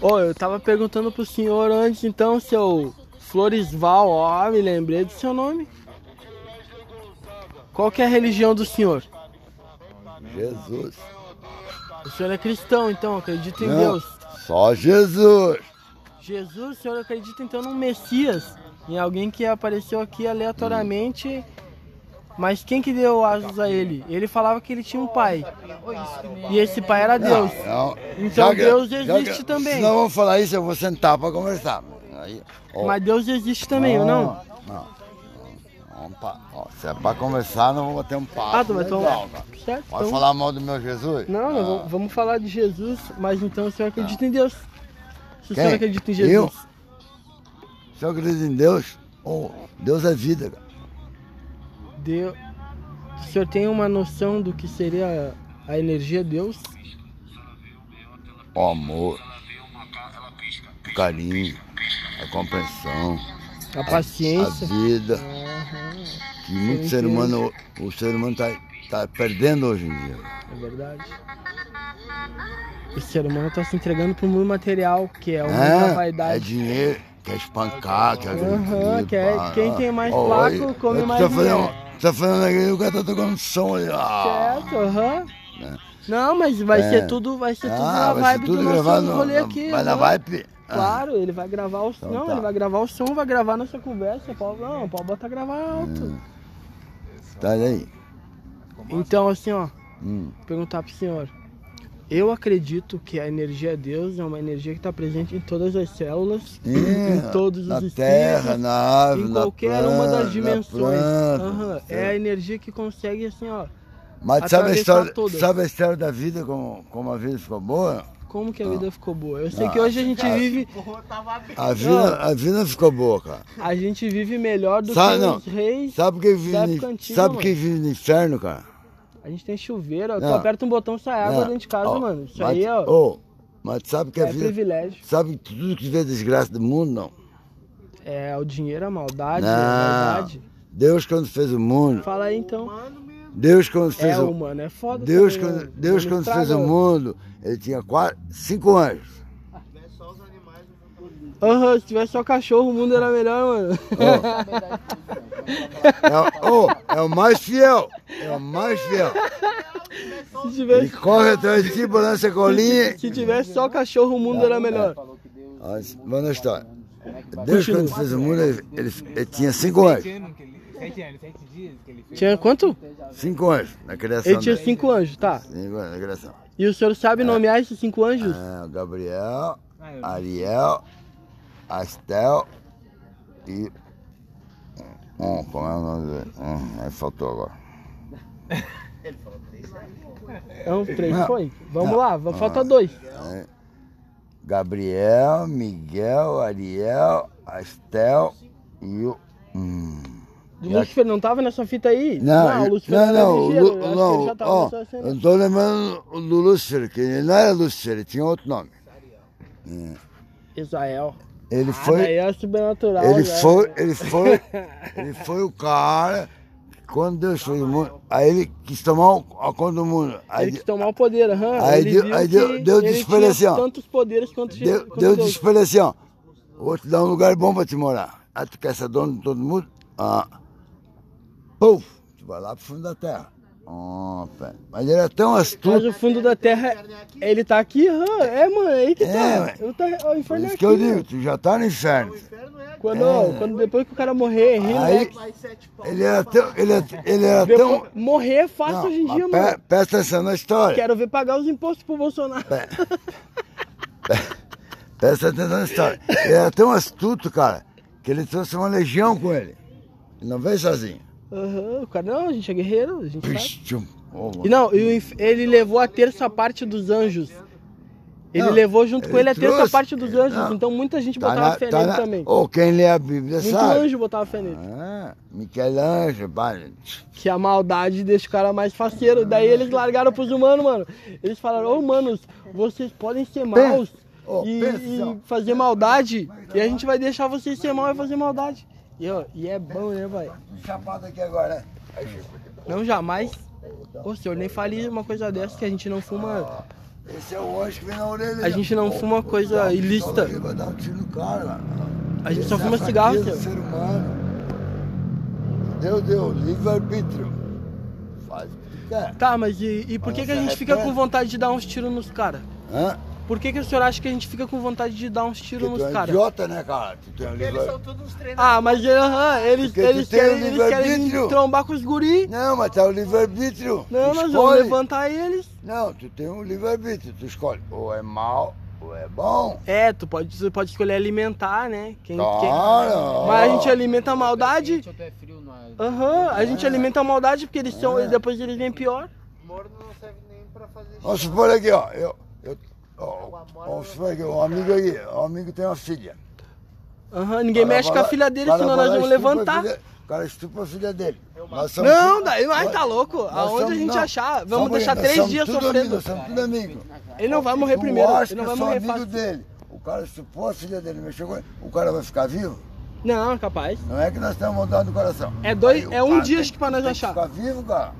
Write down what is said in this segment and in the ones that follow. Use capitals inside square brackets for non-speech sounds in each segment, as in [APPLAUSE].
Ô, eu tava perguntando pro senhor antes, então, seu Floresval, ó, me lembrei do seu nome. Qual que é a religião do senhor? Jesus. O senhor é cristão, então, acredita em Não. Deus. Só Jesus. Jesus, o senhor acredita então num Messias, em alguém que apareceu aqui aleatoriamente, mas quem que deu asas a ele? Ele falava que ele tinha um pai, e esse pai era Deus. Não, não. Então que- Deus já existe que- também. Se não vão falar isso, eu vou sentar pra conversar. Aí, ó. Ah, Mas Deus existe também, ou não? Não. não. Não, pá. Ó, se é pra conversar, não vou bater um papo. Ah, tu vai tomar. legal, cara. Certo, Pode então. falar mal do meu Jesus? Não, não, Ah, Tá. vamos- vamos falar de Jesus, mas então o senhor acredita em Deus. Se o Quem? senhor acredita em Jesus. Se eu acredito em Deus, oh, Deus é vida. cara. Deus. O senhor tem uma noção do que seria a, a energia Deus? O amor, o carinho, a compreensão, A É, a paciência? vida. Que muito ser entendo. humano, o ser humano tá, tá perdendo hoje em dia. É verdade. O ser humano tá se entregando pro mundo material, que é o mundo da É, é vaidade. dinheiro, quer espancar, quer Aham, agredir, quer- pá. quem tem mais Ó, placa, eu- come eu- mais Tá fazendo, dinheiro. tá fazendo aquele, o cara tá tocando som ali. Ah, Certo, aham. Não, mas vai É. ser tudo, vai ser tudo Ah, na vai ser vibe tudo do nosso gravado no- rolê no- aqui. vai na né? vibe? Ah. Claro, ele vai gravar o som. Então Não, tá. ele vai gravar o som, vai gravar nossa conversa. Pode, não, pode botar gravar Hum. alto. tá aí. Então, assim, ó, Hum. perguntar pro senhor. Eu acredito que a energia Deus é uma energia que está presente em todas as células, em todos os É, na espíritos, terra, na árvore, em na qualquer planta, uma das na dimensões. planta, Aham, É a energia que consegue, assim, ó. Mas sabe a, atravessar história, todas. sabe a história da vida, como, como a vida ficou boa? Como que a vida ficou boa? Eu sei Ah, que hoje a gente cara. vive, A vida, a vida ficou boa, cara. a gente vive melhor do Sabe, que não. os reis. Sabe quem vive, Da no- época antiga, sabe mano. quem vive no inferno, cara? A gente tem chuveiro, ó, tu Não. aperta um botão sai água Não. dentro de casa, Ah. Ó, mano. Isso mas, aí, ó, ô, mas sabe que a é vida. privilégio. Sabe que tudo que vê desgraça do mundo, não? É o dinheiro, a maldade, é Não. a verdade. Deus quando fez o mundo, Fala aí então. Deus quando fez É, o humano, é foda. Deus também, quando, né? Deus Não quando estraga. fez o mundo, ele tinha quatro, cinco anjos. Aham, se tivesse só cachorro, o mundo era melhor, mano. [LAUGHS] É, o- ô, é o mais fiel, é o mais fiel. se, Ele tivesse, corre atrás de ti, balança a [LAUGHS] colinha. se tivesse só cachorro, o mundo era melhor. Ó, esse- Manda a história. Deus quando fez o mundo, ele, ele- ele tinha cinco anjos. anos um que ele- Sete anos, sete dias que ele fez. Tinha quanto? Cinco anjos na criação. Ele tinha dele. cinco anjos, tá. Cinco anjos na criação. E o senhor sabe nomear esses cinco anjos? Ah, Gabriel, Ah, eu- Ariel, Astel e. Hum, como é o nome dele? Hum, aí faltou agora. É um três, Não. foi? Vamos lá, va- falta dois. Aí, Gabriel, Miguel, Ariel, Astel e o. Hum. O Lúcifer não tava nessa fita aí? Não, o não, Lúcifer não, era não, ligeiro, Lu- eu acho que ele não, já tava ó, nessa cena. eu não tô lembrando o do Lúcifer, que ele não era Lúcifer, ele tinha outro nome. É, Israel. Ele Ah, foi, daí é sobrenatural. né? Ele já. foi, [LAUGHS] ele foi, ele foi o cara que quando Deus fez o mundo, aí ele quis tomar o- a conta do mundo. Aí Ele quis tomar o poder, aham. aí ele Deus- viu aí Deus- que Deus ele disse pra tinha ele assim, ó, tantos poderes quanto Deus, quanto Deus disse pra ele assim, ó, vou te dar um lugar bom pra te morar. Ah, tu quer ser dono de todo mundo? Ah. Puf, tu vai lá pro fundo da terra. Ah, pé. Mas ele é tão Mas astuto, o fundo da terra, ele tá aqui, aham. É, mano, é aí que É, tá. ué. Eu tá o por inferno é isso aqui. que eu digo, É. mano. tu já tá no inferno. Quando, quando depois que o cara morrer, Aí, relax. ele era tão, ele era, ele era Depois- tão... morrer é fácil então, Não, hoje em mas dia, pe- mano. Presta atenção na história. Quero ver pagar os impostos pro Bolsonaro. Presta atenção na história. Ele era tão astuto, cara, que ele trouxe uma legião com ele. Ele não veio sozinho. Aham, o cara, não, a gente é guerreiro, a gente sabe. Pish, tchum. Oh, E não, e o inf- ele levou a terça parte dos anjos. Ele Não, levou junto com ele ele a terça trouxe. parte dos anjos, Não. então muita gente tá botava na- fé tá nele na- também. Oh, quem lê a Bíblia Muito sabe. anjo botava fé nele. Ah, Michelangelo, vale. Que a maldade deixa o cara mais faceiro. Daí eles largaram pros humanos, mano. Eles falaram, ô humanos, vocês podem ser maus Ô, e, pensa, e ó. fazer maldade. E a gente vai deixar vocês ser mal e fazer maldade. E, ó, e é bom, né, vai? Chapada aqui agora, né? Não jamais. Ô senhor, nem fale uma coisa dessa que a gente não fuma Esse é o anjo que vem na orelha. A gente não Ó, fuma coisa dá um ilícita. pistola, ele Vai dar um tiro no cara. A gente Esse só é fuma fraqueza cigarro, do seu. ser humano. Deu, deu. Livre-arbítrio. Faz o que quer. Tá, mas e, e por que, Mas que a se gente fica com arrepende. vontade de dar uns tiros nos caras? Hã? Por que, que o senhor acha que a gente fica com vontade de dar uns tiros Porque tu nos é caras? idiota, né, cara? Tu tem um livre Eles são todos uns treinados. Ah, mas aham, eles, Porque eles tu tem o querem, eles querem livre-arbítrio. vir trombar com os guri. Não, mas tá o livre-arbítrio. Não, nós Tu vamos escolhe. levantar eles. Não, tu tem um livre-arbítrio. Tu escolhe. Ou é mal, ou é bom. É, tu pode, tu pode escolher alimentar, né? Quem, quem- Claro. Mas a gente alimenta a maldade. Quente ou pé frio, é nós. Aham, a gente alimenta a maldade porque eles são, É. depois eles vêm pior. Morno não serve nem pra fazer Vamos supor aqui, ó. Eu, eu, ó vamos supor aqui, um amigo aqui, um amigo tem uma filha. Aham, ninguém mexe com a filha dele, senão nós vamos levantar. o cara estupra a filha dele. Nós somos um- Não, tudo- daí mas nós- tá louco. nós Aonde a somos- gente não, achar? só um Vamos deixar pouquinho, três nós dias somos tudo sofrendo. Amigos, somos tudo amigos. Ele não vai morrer Tu primeiro, acha ele não que vai eu sou morrer amigo fácil. dele. O cara estuprou a filha dele, mexeu com ele. O cara vai ficar vivo? Não, capaz. Não é que nós estamos montando no coração. É dois- o é um cara dia tem- acho que pra nós tem achar. Ficar vivo, cara.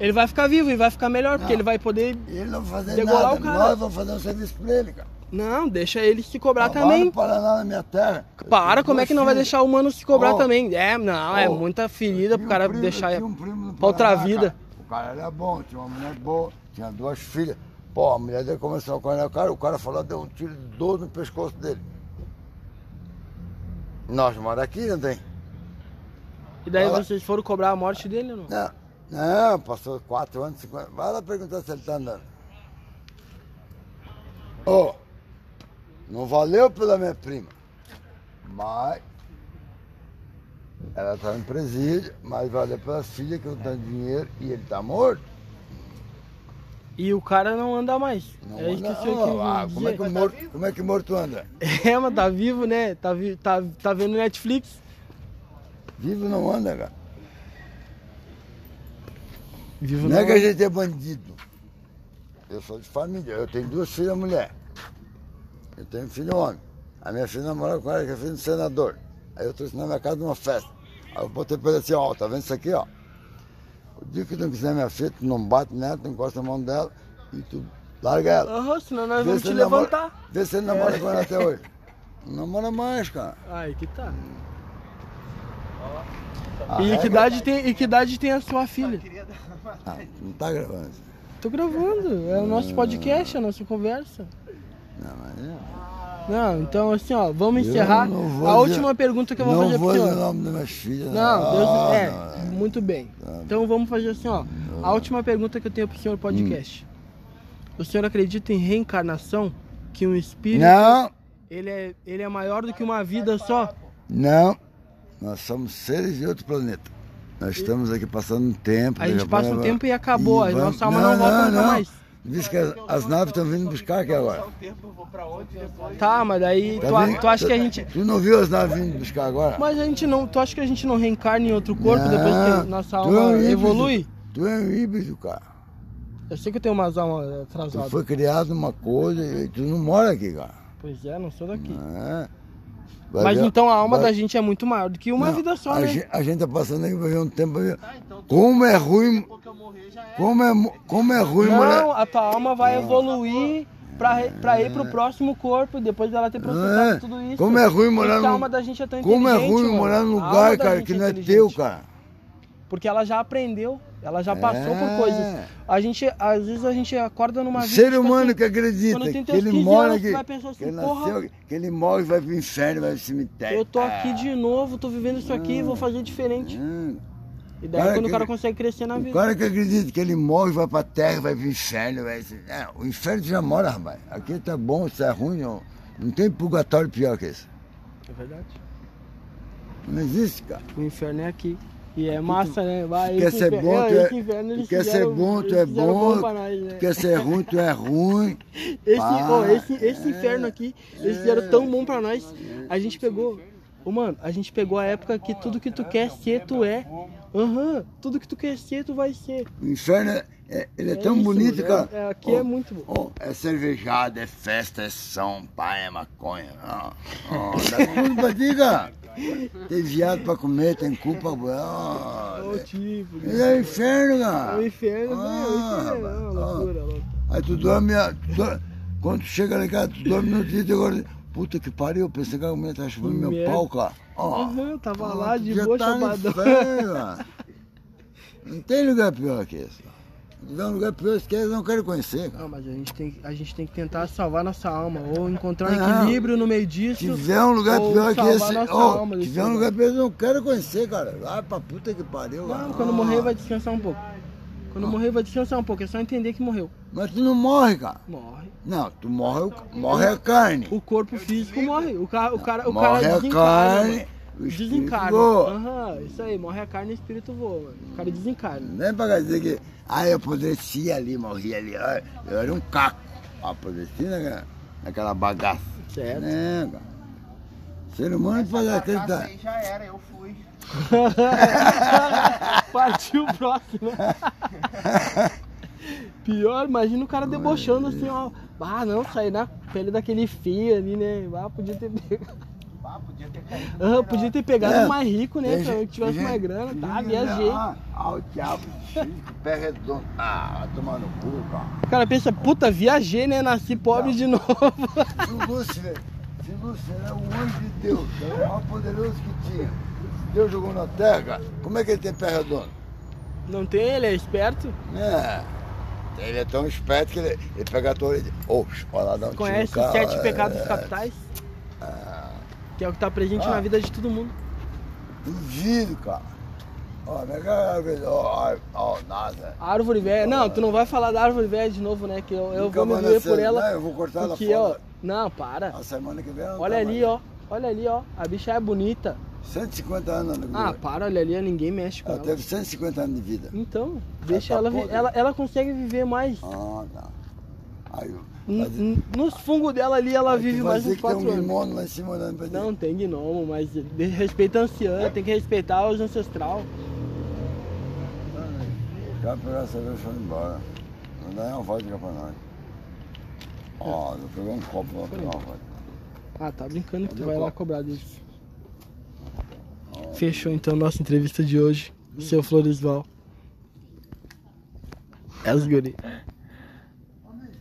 Ele vai ficar vivo e vai ficar melhor, porque Não. ele vai poder. E ele não vai fazer Degolar nada. o cara. Nós vamos fazer um serviço pra ele, cara. Não, deixa ele se cobrar Lá também. no Paraná, na minha terra. eu Para, tenho como é dois que não vai filhos. deixar o humano se cobrar Ó, também? É, não, é ó, muita Eu ferida tinha pro cara um primo- eu deixar. tinha um primo no pra outra Paraná, vida. cara. O cara era bom, tinha uma mulher boa, tinha duas filhas. Pô, a mulher dele começou com ele, cara, o cara falou, deu um tiro de 12 no pescoço dele. Nós moramos aqui, não tem? E daí Vai lá. vocês foram cobrar a morte dele ou não? Não, não, passou 4 anos, 5 anos. Vai lá perguntar se ele tá andando. Ô, não valeu pela minha prima, mas ela tá no presídio, mas valeu pela filha que eu tenho dinheiro e ele tá morto. E o cara não anda mais. Não é isso que anda- o senhor não, queria ah, dizer. como, é que o morto, como é que o morto anda? [LAUGHS] É, mas tá vivo, né? Tá, vi- tá, tá vendo Netflix. Vivo não anda, cara. Vivo Não é que a gente é bandido. Eu sou de família. Eu tenho duas filhas mulher. Eu tenho um filho homem. A minha filha namora com ela, que é filho do senador. Aí eu trouxe na minha casa numa festa. Aí eu botei pra ele assim, ó, tá vendo isso aqui, ó? O dia que tu não quiser minha filha, tu não bate nela, tu encosta a mão dela e tu larga ela. Aham, senão nós Vê vamos se Ah, te ele é namora- levantar. Vê se ele namora com ela até hoje. Não namora mais, cara. Aí que tá. A e, que regra- idade tem, e que idade tem a sua filha? Ah, não tá gravando. isso. Tô gravando, é o Ah. nosso podcast, é a nossa conversa. Não, mas é. Não, então assim, ó, vamos Eu encerrar. não vou A dizer- última pergunta que eu vou não fazer é pro vou dizer o senhor. nome das minhas filhas. Não, Deus. Ah, é, não, Ah. muito bem. Então vamos fazer assim, ó. A última pergunta que eu tenho pro senhor podcast. O senhor acredita em reencarnação? Que um espírito Não, ele é, ele é maior do que uma vida só? não. Nós somos seres de outro planeta. Nós estamos aqui passando um tempo. A gente já passa um vamos- tempo e acabou, a vamos- nossa alma não volta nunca mais. Diz que as, as naves estão vindo buscar aqui agora. Tá, mas daí Tá tu, a- vendo? tu acha que a gente. Tu não viu as naves vindo buscar agora? Mas a gente não. Tu acha que a gente não reencarna em outro corpo depois Não, que nossa tu é um alma híbrido. evolui? Tu é um híbrido, cara. Eu sei que eu tenho umas almas Tu atrasadas. foi criado uma coisa e tu não mora aqui, cara. Pois é, não sou daqui. É. Vai Mas ver- então a alma vai- da gente é muito maior do que uma Não, vida só, a né? Gente, a gente tá passando aqui pra ver um tempo. pra ver Como é ruim. Como é, mu- como é ruim, mulher. Não, a tua alma vai evoluir pra, re- pra ir pro próximo corpo, depois dela ter processado É. tudo isso. Como é ruim morar Por isso que a num- alma da gente é tão Como é inteligente, ruim mano. morar num A alma lugar, da cara, gente que é não é inteligente, teu, cara. Porque ela já aprendeu, ela já passou por É. coisas. A gente, às vezes a gente acorda numa O vida... ser tipo humano assim, que é- acredita quando tem que teus ele 15 mora anos, aqui, tu vai pensar assim, que ele porra. nasceu, aqui, que ele morre, vai pro inferno, vai pro cemitério. Eu tô aqui Ah, de novo, tô vivendo isso aqui, vou fazer diferente. hum. E daí Cara, quando o cara que- consegue crescer na O vida. cara que acredita que ele morre, vai pra terra, vai pro inferno, vai. É, o inferno tu já mora, rapaz. Aqui tá bom, isso é ruim, não, não tem purgatório pior que esse. É verdade. Não existe, cara. O inferno é aqui. E é massa, né? Vai, quer esse ser inferno- bom, é, tu é- esse inferno eles quer ser fizeram- bom, tu eles é fizeram bom, pra nós, né? Quer ser ruim, tu é ruim. Esse, Ah, ó, esse, esse é. inferno aqui, eles fizeram tão bom pra nós. A gente pegou. Ô, mano, a gente pegou a época que tudo que tu quer ser, tu é. Aham, tudo que tu quer ser, tu vai ser. O inferno é, é- ele é, tão isso, bonito, mano. cara. É, aqui Ó, é muito bom. ó, é cervejada, é festa, é som, pai, é maconha. Ah, Ó, ó, dá tudo pra ti, cara. Tem viado pra comer, tem cu pra Ó, o ó, tipo, Ele é o inferno, é o inferno, cara. né? Ah, O inferno, rapaz, Ah, não, loucura, loucura. Aí tu dorme, a- tu dor- quando tu chega lá em casa, tu dorme no outro dia, tu acorda. Puta que pariu, pensei que a mulher tá chupando meu Mulher. pau, cara. Ó, Aham, eu tava pô, lá tu de já boa tá no chupadão. inferno, [LAUGHS] ó. Não tem lugar pior que esse. cara. Se tiver um lugar pior, esquece, eu não quero conhecer, cara. Não, mas a gente, tem, a gente tem que tentar salvar nossa alma, ou encontrar um Não. equilíbrio no meio disso. É. Se tiver um lugar ou pior que salvar esse, nossa ó, alma se desse tiver um lugar. lugar pior, eu não quero conhecer, cara. Vai pra puta que pariu, Não, cara. quando Ó. morrer vai descansar um pouco. Quando morrer vai descansar um pouco, é só entender que morreu. Mas tu não morre, cara. Morre. Não, tu morre, o- morre a carne. O corpo físico morre. O, ca o cara, o morre cara a desencarna. carne, mano. o espírito Desencarna. voa. Aham, isso aí, morre a carne e o espírito voa, mano. O cara desencarna. [LAUGHS] Não é pra dizer que, ah, eu apodreci ali, morri ali, ah, eu era um caco. Apodreci naquela, naquela bagaça. Certo. Né, cara? Ser humano faz aquele... Essa da- aí já era, eu fui. Partiu o próximo. né? [LAUGHS] Pior, imagina o cara debochando assim, ó. Ah, não, sair na pele daquele feio ali, né? Ah, podia ter pegado. Ah, podia ter caído. Ah, podia ter pegado É. o mais rico, né? Tem Se eu gente- tivesse tem mais gente- grana, tem tá, gente que viajei. diz, Ah, ah, o diabo, o pé redondo. Ah, vai tomar no cu, cara. O cara pensa, puta, viajei, né? Nasci pobre de [LAUGHS] novo. Se o Lúcifer, se o Lúcifer é o anjo de Deus, é o mais poderoso que tinha. Se Deus jogou na terra, cara, como é que ele tem pé redondo? Não tem, ele é esperto. É. Ele é tão esperto que ele, ele pega a torre e diz, oxe, olha lá, dá um tiro Conhece no os cara, sete pecados é, capitais? Que é o que tá presente Ah. na vida de todo mundo. é. Duvido, cara. Ó, pega a árvore, ó, ó, ó, nada. Árvore velha. Não, tu não vai falar da árvore velha de novo, né? Que eu, eu Nunca vou me mais doer nasceu, por ela. né? Eu vou cortar ela porque, ó. fora. Não, para. A semana que vem ela não Olha tá ali, mais. ó. Olha ali, ó. A bicha é bonita. 150 anos ela Ah, viveu. para, olha ali, ninguém mexe com Ela ela. teve 150 anos de vida. Então, deixa tá ela ver. podre. Ela, ela consegue viver mais. Ah, tá. Aí, eu- N- mas- n- Nos fungos dela ali, Hum, ela aí tu vive vai mais dizer uns que tem 4 um anos. limono lá em cima olhando pra ti. Não tem gnomo, mas de- respeita a anciã, tem que respeitar os ancestral. Já pegou essa vez e foi embora. Não dá nem uma vodka pra nós. Ó, eu peguei um copo lá pra dar uma vodka. Ah, tá brincando que tu vai lá cobrar disso. Fechou então nossa entrevista de hoje. Seu Floresval. É as guri.